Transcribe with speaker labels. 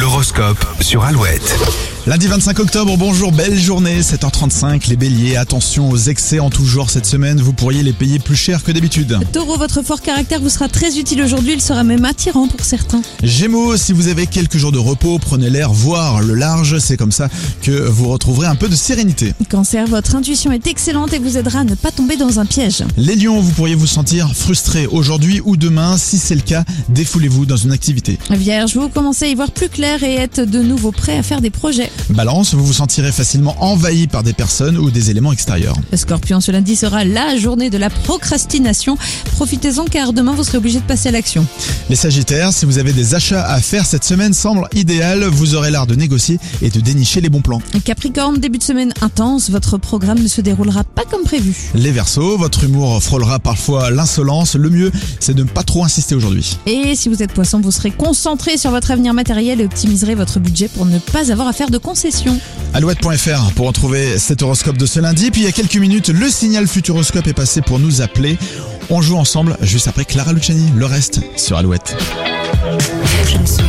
Speaker 1: L'horoscope sur Alouette.
Speaker 2: Lundi 25 octobre, bonjour, belle journée, 7h35, les béliers, attention aux excès en tout genre cette semaine, vous pourriez les payer plus cher que d'habitude.
Speaker 3: Taureau, votre fort caractère vous sera très utile aujourd'hui, il sera même attirant pour certains.
Speaker 2: Gémeaux, si vous avez quelques jours de repos, prenez l'air, voir le large, c'est comme ça que vous retrouverez un peu de sérénité.
Speaker 3: Cancer, votre intuition est excellente et vous aidera à ne pas tomber dans un piège.
Speaker 2: Les lions, vous pourriez vous sentir frustré aujourd'hui ou demain, si c'est le cas, défoulez-vous dans une activité.
Speaker 3: Vierge, vous commencez à y voir plus clair et êtes de nouveau prêt à faire des projets.
Speaker 2: Balance, vous vous sentirez facilement envahi par des personnes ou des éléments extérieurs.
Speaker 3: Scorpion, ce lundi sera la journée de la procrastination. Profitez-en car demain vous serez obligé de passer à l'action.
Speaker 2: Les sagittaires, si vous avez des achats à faire cette semaine semble idéal, vous aurez l'art de négocier et de dénicher les bons plans.
Speaker 3: Capricorne, début de semaine intense, votre programme ne se déroulera pas comme prévu.
Speaker 2: Les Verseaux, votre humour frôlera parfois l'insolence. Le mieux, c'est de ne pas trop insister aujourd'hui.
Speaker 3: Et si vous êtes poisson, vous serez concentré sur votre avenir matériel et optimiserez votre budget pour ne pas avoir à faire de concessions.
Speaker 2: Alouette.fr pour retrouver cet horoscope de ce lundi. Puis il y a quelques minutes, le signal Futuroscope est passé pour nous appeler. On joue ensemble juste après Clara Luciani. Le reste sur Alouette.
Speaker 4: Je ne suis